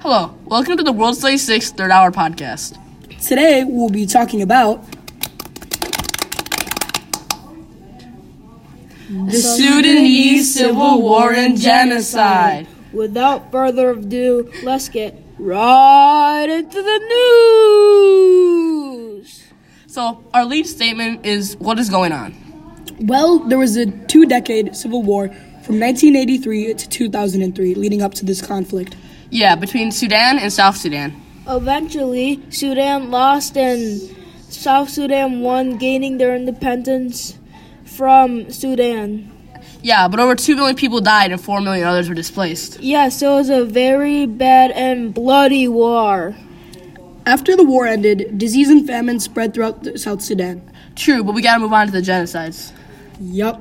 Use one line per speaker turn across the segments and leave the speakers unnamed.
Hello, welcome to the World Studies 6 Third Hour Podcast.
Today we'll be talking about
The Sudanese Civil War and Genocide.
Without further ado, let's get right into the news.
So, our lead statement is what is going on?
well, there was a two decade civil war from 1983 to 2003 leading up to this conflict.
Yeah, between Sudan and South Sudan.
Eventually, Sudan lost and South Sudan won, gaining their independence from Sudan.
Yeah, but over 2 million people died and 4 million others were displaced.
Yes, it was a very bad and bloody war.
After the war ended, disease and famine spread throughout the South Sudan.
True, but we gotta move on to the genocides.
Yup.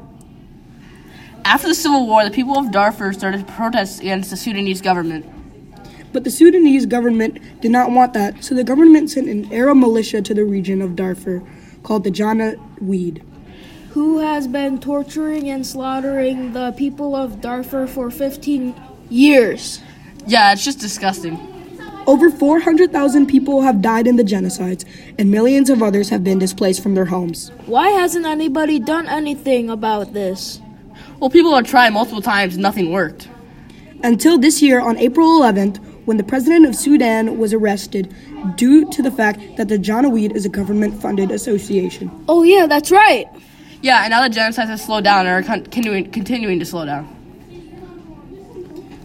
After the Civil War, the people of Darfur started protests against the Sudanese government.
But the Sudanese government did not want that, so the government sent an Arab militia to the region of Darfur called the Jana Weed.
Who has been torturing and slaughtering the people of Darfur for 15 years?
Yeah, it's just disgusting.
Over 400,000 people have died in the genocides, and millions of others have been displaced from their homes.
Why hasn't anybody done anything about this?
Well, people have tried multiple times and nothing worked.
Until this year, on April 11th, when the president of Sudan was arrested due to the fact that the Janaweed is a government funded association.
Oh, yeah, that's right.
Yeah, and now the genocides have slowed down and are continuing, continuing to slow down.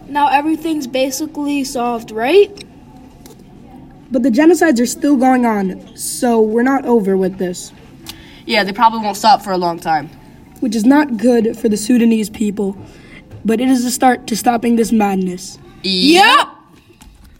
Now everything's basically solved, right?
But the genocides are still going on, so we're not over with this,
Yeah, they probably won't stop for a long time.
which is not good for the Sudanese people, but it is a start to stopping this madness.
Yep.